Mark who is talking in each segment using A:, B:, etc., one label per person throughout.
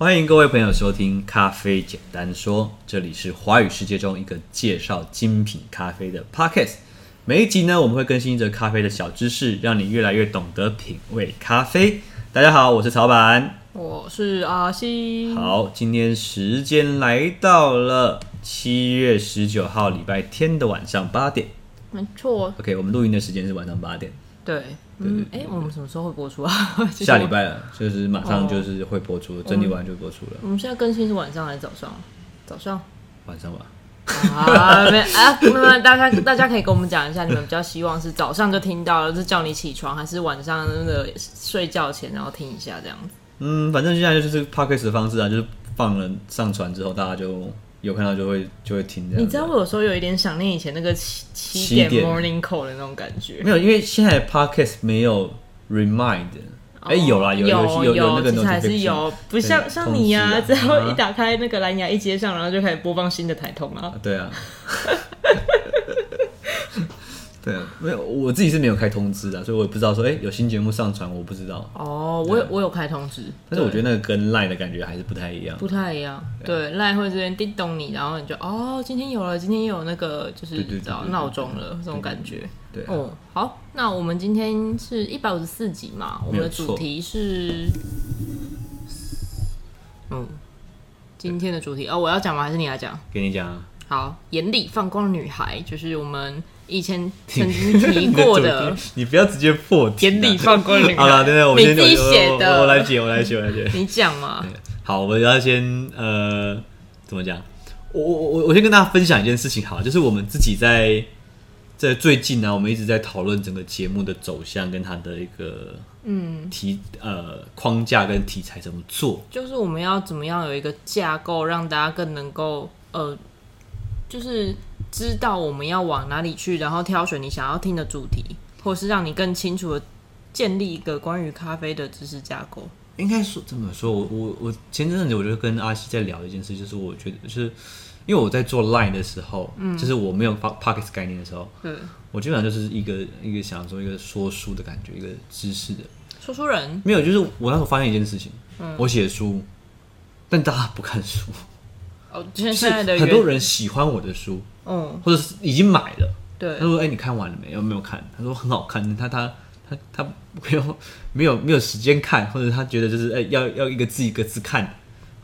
A: 欢迎各位朋友收听《咖啡简单说》，这里是华语世界中一个介绍精品咖啡的 podcast。每一集呢，我们会更新一则咖啡的小知识，让你越来越懂得品味咖啡。大家好，我是曹板。
B: 我是阿西。
A: 好，今天时间来到了七月十九号礼拜天的晚上八点。
B: 没错，
A: OK，我们录音的时间是晚上八点，
B: 对，嗯，哎、我们什么时候会播出啊？其实
A: 下
B: 我
A: 礼，拜了，就是马上就是会播出，整理完就播出了，
B: 我们现在更新是晚上还是早上？早上
A: 晚上吧。
B: 啊，没啊，那么大家大家可以跟我们讲一下，你们比较希望是早上就听到了，是叫你起床，还是晚上那个睡觉前然后听一下这样子？
A: 嗯，反正现在就是这个 podcast 的方式啊，就是放了上传之后，大家就有看到就会就会听这样。
B: 你知道，我有时候有一点想念以前那个七
A: 七
B: 七点
A: 点
B: morning call 的那种感觉。
A: 没有？因为现在的 podcast 没有 remind，哎、有啦，有
B: 哦有
A: 有那个
B: 其实还是
A: notification，
B: 有，不
A: 对
B: 像像你呀、
A: 通
B: 只
A: 知啊
B: 要一
A: 啊
B: 打开那个蓝牙一接上，然后就开始播放新的台通了。
A: 对啊， 对啊，没有，我自己是没有开通知的，所以我也不知道说，哎、有新节目上传，我不知道。
B: 哦，我有
A: 啊
B: 我有开通知，
A: 但是我觉
B: 得
A: 得那个跟 line 的感觉还是不太一样。
B: 不太一样。
A: 啊
B: 对，赖会这边叮咚你，然后你就哦，今天有了，今天有那个就是
A: 对对对
B: 知道
A: 对对
B: 闹钟了这种感觉。
A: 对啊，
B: 哦，好，那我们今天是一百五十四集嘛，我们的
A: 没有错
B: 主题是，嗯，今天的主题哦，我要讲吗？还是你来讲？
A: 跟你讲啊，
B: 好，眼里放光女孩，就是我们以前曾经提过的
A: 你，你不要直接破题啊
B: 眼里放光女孩。
A: 好了，等等，我
B: 你
A: 先
B: 自己
A: 我
B: 写
A: 我我来
B: 的，
A: 解，我来解，我来解。
B: 你讲嘛。
A: 好，我要先呃，怎么讲？我我我我先跟大家分享一件事情，好了，就是我们自己在在最近啊呢、我们一直在讨论整个节目的走向跟它的一个嗯题呃框架跟题材怎么做。
B: 就是我们要怎么样有一个架构，让大家更能够呃，就是知道我们要往哪里去，然后挑选你想要听的主题，或是让你更清楚的建立一个关于咖啡的知识架构。
A: 应该说这么说，我我我前阵子我就跟阿西在聊一件事，就是我觉得就是因为我在做 Line 的时候，嗯，就是我没有 po- Pockets 概念的时候，
B: 对，
A: 我基本上就是一个一个想做一个说书的感觉，一个知识的
B: 说书人
A: 没有，就是我那时候发现一件事情，
B: 嗯
A: 我写书，但大家不看书，
B: 哦，就是
A: 就是
B: 现在的
A: 很多
B: 原，
A: 人喜欢我的书，
B: 嗯，
A: 或者是已经买了。
B: 对
A: 他，说：“哎、你看完了没有？没有看。”他说：“很好看。他”他他他没有没有没有时间看，或者他觉得就是哎、要要一个字一个字看，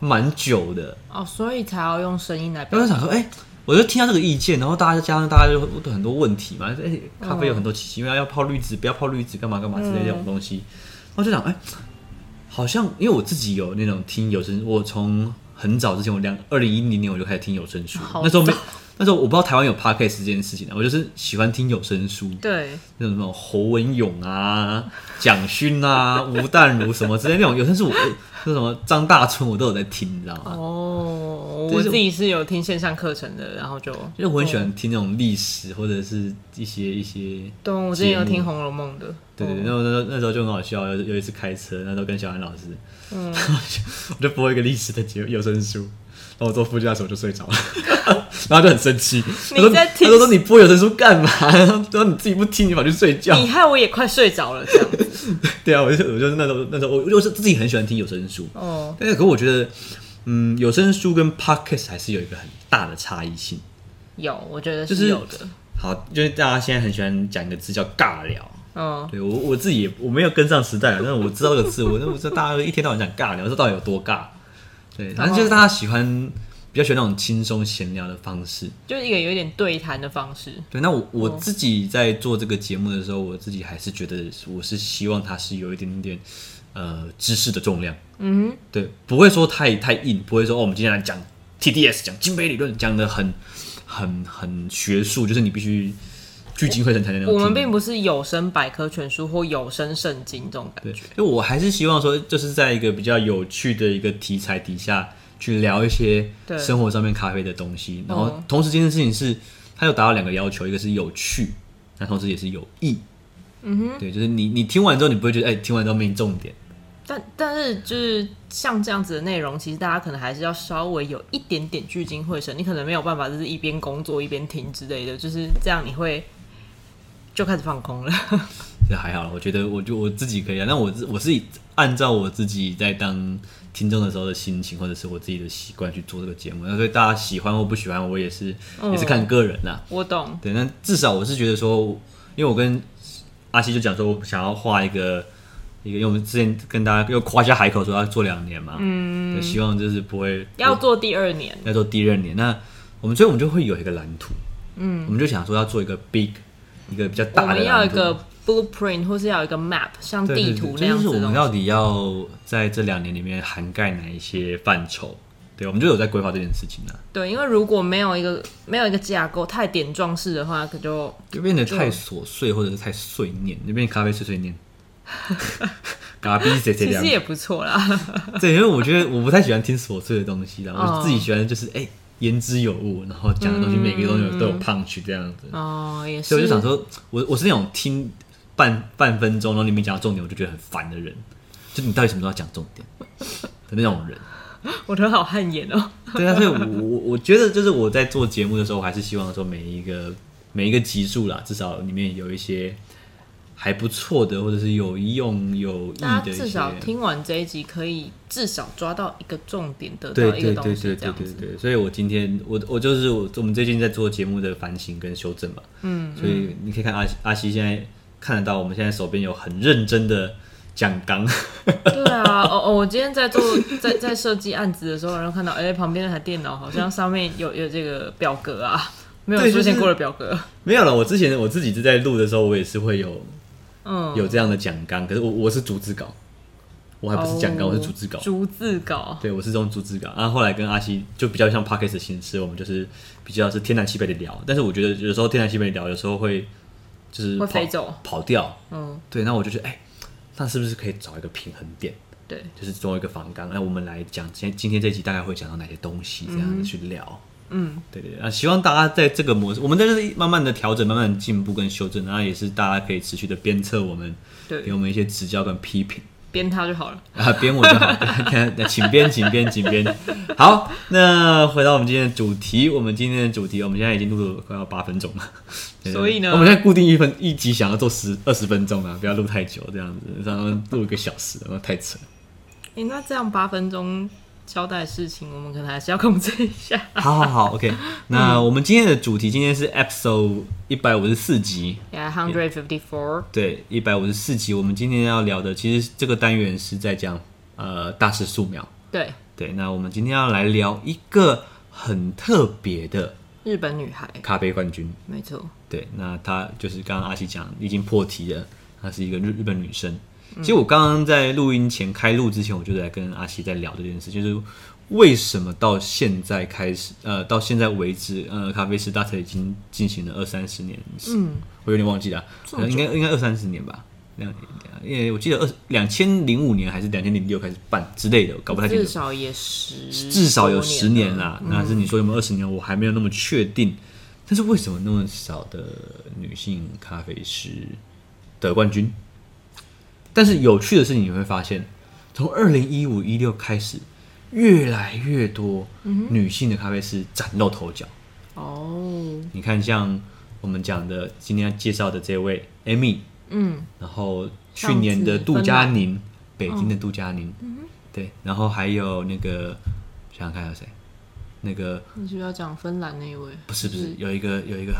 A: 蛮久的。
B: 哦，所以才要用声音来表
A: 然后
B: 达
A: 我想说，哎、我就听到这个意见，然后大家加上大家就会很多问题嘛，哎、咖啡有很多奇奇妙妙，要泡绿植，不要泡绿植，干嘛干嘛之类的这种东西。然后就想，哎、好像因为我自己有那种听有声，我从很早之前，我两二零一零年我就开始听有声书，
B: 好
A: 那时候没。那时候我不知道台湾有 podcast 这件事情啊，我就是喜欢听有声书，
B: 对，
A: 那种什么侯文勇啊、蒋勋啊、吴淡如什么之类那种有声书我，那什么张大春我都有在听，你知道吗？
B: 哦，
A: 就
B: 我
A: 是
B: 自己是有听线上课程的，然后就
A: 就是我很喜欢
B: 嗯
A: 听那种历史或者是一些一些，
B: 对，我之前有
A: 节目
B: 听《红楼梦》的，
A: 对对对，
B: 嗯
A: 那时候那时候就很好笑，有有一次开车，那时候跟小安老师，嗯， 我就播一个历史的节目有声书，然后我坐副驾驶我就睡着了， 然后他就很生气，他说
B: 你在
A: 他
B: 听
A: 说说你播有声书干嘛？ 他说你自己不听，你跑去睡觉。
B: 哦你害我也快睡着了，这样子，
A: 对啊，我就我就是那时候那时候我我就是自己很喜欢听有声书，
B: 哦，
A: 但是可我觉得，嗯，有声书跟 podcast 还是有一个很大的差异性。
B: 有，我觉得
A: 就是
B: 是有的，
A: 好，就是大家现在很喜欢讲一个字叫尬聊。
B: 嗯，
A: 对我我自己也我没有跟上时代了，啊但是我知道这个字，我我知道大家一天到晚讲尬聊，这到底有多尬？对，反
B: 哦
A: 正就是大家喜欢比较喜欢那种轻松闲聊的方式。
B: 就是一个有一点对谈的方式，
A: 对，那我
B: 哦
A: 我自己在做这个节目的时候，我自己还是觉得我是希望它是有一点点呃知识的重量，
B: 嗯
A: 对，不会说太太硬，不会说哦，我们今天来讲 TDS，讲金杯理论，讲的很很很学术，就是你必须聚精会神才能
B: 哼，
A: 够
B: 嗯我们
A: 听
B: 并不是有声百科全书或有声圣经这种感
A: 对
B: 觉，，
A: 就我还是希望说，就是在一个比较有趣的一个题材底下去聊一些
B: 对
A: 生活上面咖啡的东西，然后
B: 嗯
A: 同时这件事情是，它又达到两个要求，一个是有趣，那同时也是有益。
B: 嗯哼，
A: 对，就是你你听完之后，你不会觉得哎、听完之后没重点。
B: 但但是就是像这样子的内容，其实大家可能还是要稍微有一点点聚精会神，你可能没有办法就是一 边工作一边听之类的，就是这样你会就开始放空了。
A: 这还好，我觉得我就我自己可以啊。那我自我是按照我自己在当听众的时候的心情，或者是我自己的习惯去做这个节目。那所以大家喜欢或不喜欢，我也是、也
B: 嗯
A: 是看个人啦。
B: 我懂，
A: 对，那至少我是觉得说，因为我跟阿西就讲说，我想要画一个一个，因为我们之前跟大家又夸下海口说要做两年嘛，嗯，希望就是不会
B: 要做第二年，
A: 要做第二年。那我们所以我们就会有一个蓝图，嗯，我们就想说要做一个 big 一个比较
B: 我
A: 大的蓝图，
B: 们要一个 blueprint 或是要有一个 map，像
A: 对
B: 地
A: 对
B: 图
A: 对
B: 那
A: 这
B: 样子
A: 就是我
B: 的
A: 们
B: 东西。
A: 到底要在这两年里面涵盖哪一些范畴？对，我们就有在规划这件事情啊呢、
B: 对，因为如果没有一个没有一个架构，太点状式的话，可就
A: 就变得太琐碎或者是太碎念，就变咖啡碎碎 念。嘎逼谁谁
B: 其
A: 凉
B: 实，也不错啦。
A: 对，因为我觉得我不太喜欢听琐碎的东西啦，
B: 哦
A: 我自己喜欢的就是哎、言之有物，然后讲的东西每个东西有都有 punch 这样子，
B: 哦，也
A: 所以我
B: 是
A: 就。想说，我我是那种听半半分钟，然后你没讲到重点，我就觉得很烦的人，就你到底什么时候要讲重点的那种人。
B: 我都好汗颜哦。
A: 对啊，所以我我我觉得就是我在做节目的时候，我还是希望说每一个每一个集数啦，至少里面有一些还不错的，或者是有用有益
B: 大
A: 的
B: 家
A: 一些。
B: 至少听完这一集，可以至少抓到一个重点，得
A: 对
B: 到一
A: 对对
B: 个东
A: 对
B: 西，这
A: 对
B: 样
A: 对
B: 子。
A: 对，所以我今天我我就是我我们最近在做节目的反省跟修正嘛，嗯，所以你可以看阿西阿西现在看得到，我们现在手边有很认真的讲纲，
B: 对啊，哦哦，我今天在做 在在设计案子的时候，然后看到哎、旁边那台电脑好像上面有有这个表格啊，没有
A: 对
B: 出
A: 就是
B: 现过的表格。
A: 没有了。我之前我自己是在录的时候，我也是会有
B: 嗯，
A: 有这样的讲纲，可是我我是逐字稿，我啊还不是讲纲，我是逐字稿
B: 哦。逐字稿。
A: 对，我是这种逐字稿。然、后后来跟阿西就比较像 podcast 的形式，我们就是比较是天南西北的聊。但是我觉得有时候天南西北地聊，有时候会就是
B: 会
A: 跑
B: 飞走
A: 跑掉。
B: 嗯，
A: 对，那我就觉得，哎、那是不是可以找一个平衡点，
B: 对，
A: 就是做一个反纲？那我们来讲，今天今天这集大概会讲到哪些东西，这样子去聊。
B: 嗯，
A: 对对，对那希望大家在这个模式，我们在这里慢慢的调整、慢慢的进步跟修正，然后也是大家可以持续的鞭策我们，给
B: 对，
A: 我们一些指教跟批评。
B: 编它就好了。
A: 啊，编我就 好，请编，请编，请编。好，那回到我们今天的主题，我们今天的主题，我们现在已经录了快要八分钟了， 对
B: 所以呢
A: 我们现在固定一分一集想要做十二十分钟啊，不要录太久这样子，然后录一个小时，然后太扯。
B: 哎、那这样八分钟交代事情，我们可能还是要控制一下。
A: 好好好，OK，那我们今天的主题今天是 episode 一百五十四集，
B: Yeah, hundred fifty four。
A: 对，一百五十四集，我们今天要聊的其实这个单元是在讲呃大师素描，
B: 对，
A: 对，那我们今天要来聊一个很特别的。
B: 日本女孩，
A: 咖啡冠军。
B: 没错。
A: 对，那她就是刚刚阿西讲已经破题了，她是一个日日本女生。
B: 嗯
A: 其实我刚刚在录音前开录之前，我就在跟阿西在聊这件事，就是为什么到现在开始，呃，到现在为止，呃，咖啡师大赛已经进行了二三十年，嗯，我有点忘记了，
B: 这么
A: 呃应
B: 久
A: 该应该二三十年吧，两年，因为我记得二两千零五年还是两千零六开始办之类的，我搞不太清
B: 至
A: 楚。
B: 少也十，
A: 至少有十年
B: 了。嗯
A: 啦。那是你说有没有二十年，我还没有那么确定。但是为什么那么少的女性咖啡师得冠军？但是有趣的是，你会发现，从二零一五一六开始，越来越多
B: 嗯
A: 女性的咖啡师崭露头角。
B: 哦，
A: 你看，像我们讲的今天要介绍的这位 Amy，
B: 嗯，
A: 然后去年的杜嘉宁，北京的杜嘉宁，对，然后还有那个想想看还有谁，那个
B: 你是不是要讲芬兰那一位？
A: 不是不是有一个有一个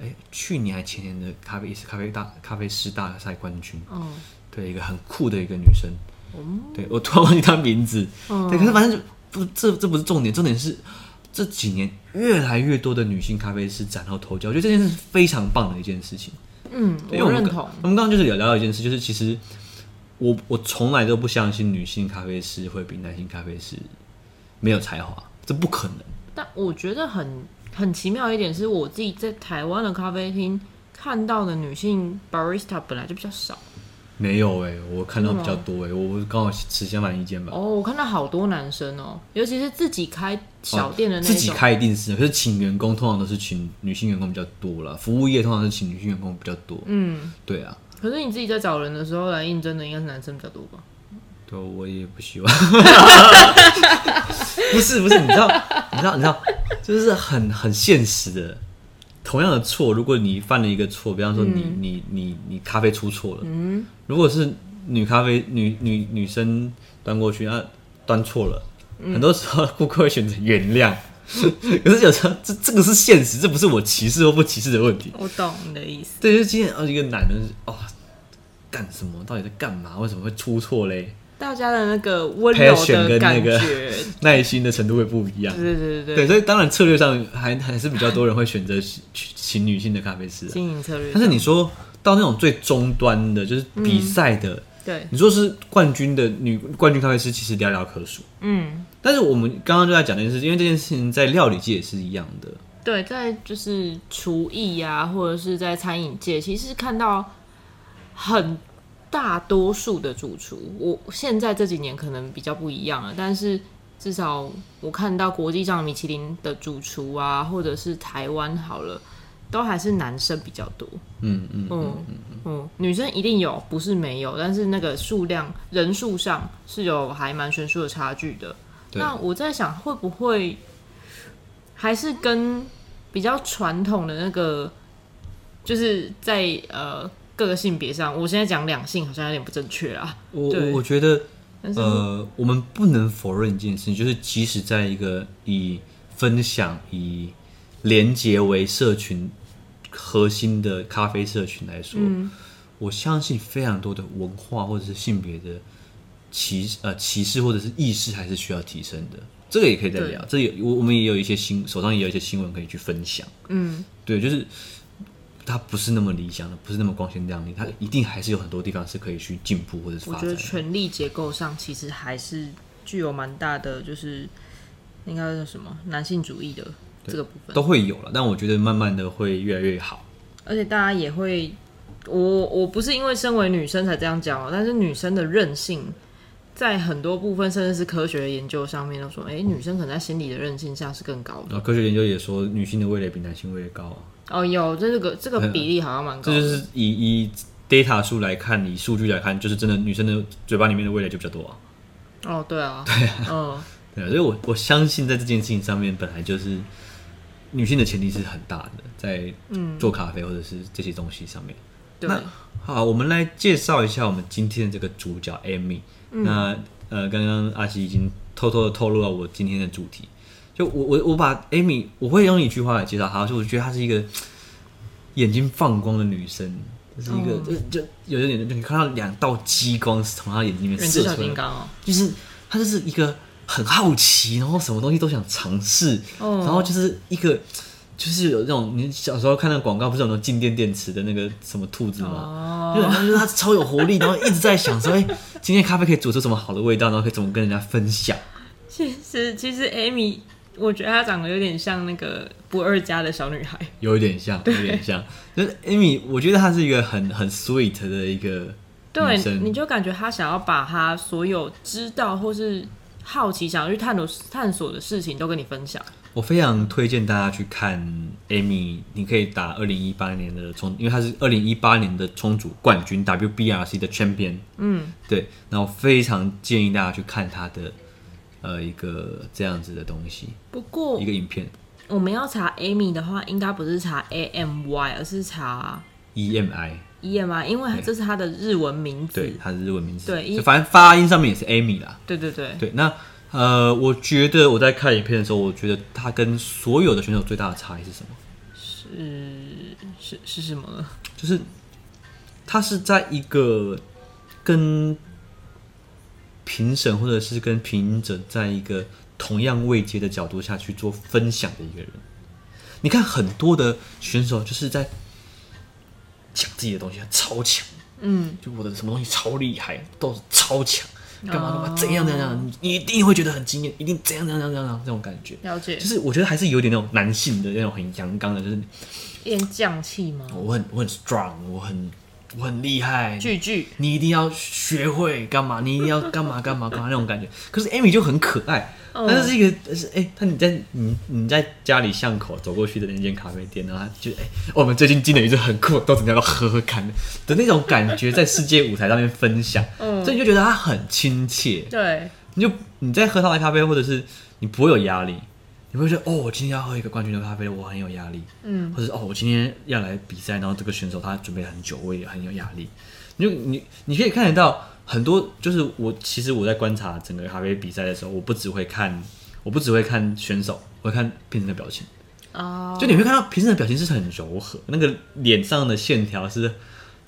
A: 哎，去年还前年的咖啡也是咖啡大咖啡师大赛冠军，
B: 哦，
A: 对，一个很酷的一个女生，对我突然忘记她名字，
B: 嗯
A: 对，可是反正就不这这不是重点，重点是。这几年越来越多的女性咖啡师崭露头角，我觉得这件事是非常棒的一件事情。
B: 嗯，
A: 对因为我
B: 我
A: 们
B: 认
A: 刚
B: 同。
A: 我们刚刚就是有聊到一件事，就是其实我我从来都不相信女性咖啡师会比男性咖啡师没有才华，这不可能。
B: 但我觉得很很奇妙一点是，我自己在台湾的咖啡厅看到的女性 barista 本来就比较少。
A: 没有哎、我看到比较多哎、我刚好持相反意见吧。
B: 哦，我看到好多男生哦，尤其是自己开小店的那
A: 哦自己
B: 种。
A: 开一定是，可是请员工通常都是请女性员工比较多啦，服务业通常是请女性员工比较多。
B: 嗯，
A: 对啊，
B: 可是你自己在找人的时候来应征的应该是男生比较多吧？
A: 对，我也不希望。 不是不是，你知道，你知道，你知道，就是很很现实的同样的错，如果你犯了一个错，比方说你、你你你咖啡出错了，嗯，如果是女咖啡女女女生端过去，啊端错了，很多时候 顾客会选择原谅。 可是有时候这这个是现实，这不是我歧视或不歧视的问题。
B: 我懂你的意思。
A: 对，就是今天哦，一个男人哦，干什么？到底在干嘛？为什么会出错嘞？
B: 大家的那个温柔
A: Passion
B: 的
A: 跟
B: 感
A: 那个
B: 觉，
A: 耐心的程度会不一样。
B: 对对对
A: 对，，所以当然策略上还还是比较多人会选择去去请女性的咖啡师啊、
B: 经营策略。
A: 但是你说到那种最终端的，就是比赛的，
B: 对，
A: 你说是冠军的女冠军咖啡师，其实寥寥可数。
B: 嗯，
A: 但是我们刚刚就在讲这件事，因为这件事情在料理界也是一样的。
B: 对，在就是厨艺啊，或者是在餐饮界，其实看到很大多数的主厨，我现在这几年可能比较不一样了，但是至少我看到国际上米其林的主厨啊，或者是台湾好了，都还是男生比较多。
A: 嗯嗯，
B: 嗯嗯，女生一定有，不是没有，但是那个数量人数上是有还蛮悬殊的差距的。
A: 对
B: 那我在想，会不会还是跟比较传统的那个，就是在呃各个性别上，我现在讲两性好像有点不正确啊。
A: 我
B: 对
A: 我我觉得
B: 但是
A: 呃，我们不能否认一件事情，就是即使在一个以分享、以连接为社群核心的咖啡社群来说，
B: 嗯
A: 我相信非常多的文化或者是性别的歧呃歧视或者是意识还是需要提升的。这个也可以再聊，这也我我们也有一些新手上也有一些新闻可以去分享。
B: 嗯，
A: 对，就是它不是那么理想的，不是那么光鲜亮丽，它一定还是有很多地方是可以去进步或者是
B: 我
A: 发
B: 觉
A: 展
B: 得
A: 的。
B: 权力结构上其实还是具有蛮大的，就是应该叫什么男性主义的这个部分。
A: 都会有了，但我觉得慢慢的会越来越好。
B: 而且大家也会，我我不是因为身为女生才这样讲哦，但是女生的韧性，在很多部分甚至是科学的研究上面都说，哎、女生可能在心理的韧性下是更高的。
A: 然后科学研究也说，女性的味蕾比男性味蕾高啊，
B: 哦，有这个这个比例好像蛮高
A: 这
B: 的，
A: 就是以以 data 数来看，以数据来看，就是真的女生的嘴巴里面的味蕾就比较多啊。
B: 哦，对啊，对啊， 嗯，
A: 对啊，所以我我相信在这件事情上面，本来就是女性的潜力是很大的，在做咖啡或者是这些东西上面。
B: 对，
A: 那好，我们来介绍一下我们今天的这个主角 Amy。那
B: 嗯
A: 呃，刚刚阿西已经偷偷的透露了我今天的主题。就我我我把 Amy，我会用一句话来介绍她，就我觉得她是一个眼睛放光的女生，就是一个、
B: 哦
A: 就就有一点就你看到两道激光是从她眼睛里面
B: 人
A: 射
B: 之小
A: 出来
B: 金
A: 的，
B: 刚哦，
A: 就是她就是一个很好奇，然后什么东西都想尝试，
B: 哦
A: 然后就是一个就是有那种你小时候看那个广告，不是有那种静电电池的那个什么兔子吗？
B: 哦，
A: 就好像就是他超有活力，然后一直在想说，哎、今天咖啡可以煮出什么好的味道，然后可以怎么跟人家分享。
B: 其实其实 Amy，我觉得她长得有点像那个不二家的小女孩，
A: 有一点像，有一点像，就是 Amy，我觉得她是一个很很 sweet 的一个女
B: 对，
A: 生，
B: 你就感觉他想要把他所有知道或是好奇、想要去探索探索的事情都跟你分享。
A: 我非常推荐大家去看 Amy，你可以打二零一八年的冲，因为她是二零一八年的冲组冠军 WBRC 的 champion。嗯，对，然后非常建议大家去看她的呃一个这样子的东西，
B: 不过
A: 一个影片
B: 我们要查 Amy 的话，应该不是查 A M Y，而是查
A: EMI。
B: E M I，因为这是他的日文名字。
A: 对，它的日文名字。
B: 对
A: 就反正发音上面也是 Amy 啦。
B: 对对对
A: 对，那呃，我觉得我在看影片的时候，我觉得他跟所有的选手最大的差异是什么？
B: 是是什么呢？
A: 就是他是在一个跟评审或者是跟评影者在一个同样位阶的角度下去做分享的一个人。你看很多的选手就是在讲自己的东西，他超强，
B: 嗯，
A: 就我的什么东西超厉害，都是超强，干嘛干嘛怎样怎样怎样，你一定会觉得很惊艳，一定怎样怎样怎样怎样这种感觉。
B: 了解
A: 就，是我觉得还是有点那种男性的那种很阳刚的，就是
B: 有点匠气吗？
A: 我很我很 strong，我很我很厉害，
B: 句句
A: 你一定要学会干嘛，你一定要干嘛干嘛干嘛那种感觉。 可是 Amy 就很可爱，
B: 嗯
A: 但是是一个是哎，他、你在你你在家里巷口走过去的那间咖啡店，然后他就哎、我们最近进了一支很酷的豆子，你要不要喝喝看的那种感觉，在世界舞台上面分享，
B: 嗯
A: 所以你就觉得他很亲切，
B: 对，
A: 你就你在喝他的咖啡，或者是你不会有压力，你会觉得哦，我今天要喝一个冠军的咖啡，我很有压力，
B: 嗯，
A: 或者是哦，我今天要来比赛，然后这个选手他准备很久，我也很有压力。你就你你可以看得到很多，就是我其实我在观察整个咖啡比赛的时候，我不只会看，我不只会看选手，我会看评审的表情。
B: 哦，
A: 就你会看到评审的表情是很柔和，那个脸上的线条是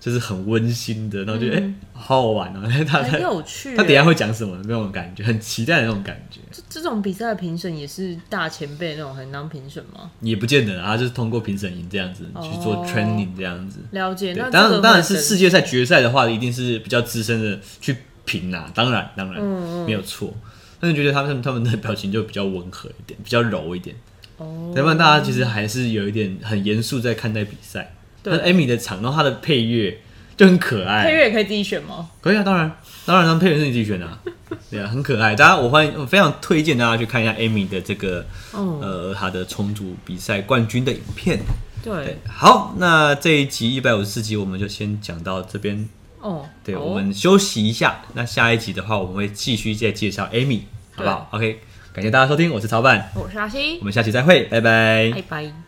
A: 就是很温馨的，然
B: 嗯
A: 后觉得哎、好好玩哦、 他他
B: 很有趣欸。
A: 他等一下会讲什么那种感觉，很期待的那种感觉，
B: 这这种比赛的评审也是大前辈那种，很当评审吗？
A: 也不见得啊，就是通过评审营这样子去做
B: 哦
A: training 这样子。
B: 了解，
A: 对
B: 那，
A: 当
B: 这
A: 然
B: 个
A: 当然
B: 会
A: 是
B: 等
A: 世界赛决赛的话，一定是比较资深的去评啦、当然当
B: 嗯
A: 然、没有错。但是觉得他们他们的表情就比较温和一点，比较柔一点。
B: 哦，
A: 要不然大家其实还是有一点很严肃在看待比赛。
B: 对
A: 那 Amy 的场，然后她的配乐就很可
B: 配
A: 爱。
B: 乐也可以自己选吗？
A: 可以啊，当然，当然，他们配乐是你自己选的、啊，对啊，很可爱。大家，我欢迎，我非常推荐大家去看一下 Amy 的这个
B: 哦，
A: 呃她的重组比赛冠军的影片。对
B: 对，，
A: 好，那这一集一百五十四集我们就先讲到这边，
B: 哦，
A: 对、
B: 好哦
A: 我们休息一下。那下一集的话，我们会继续再介绍 Amy，好不好？OK，感谢大家收听，我是曹办，
B: 我是阿
A: 我
B: 西，
A: 们下期再会，拜拜
B: 拜拜。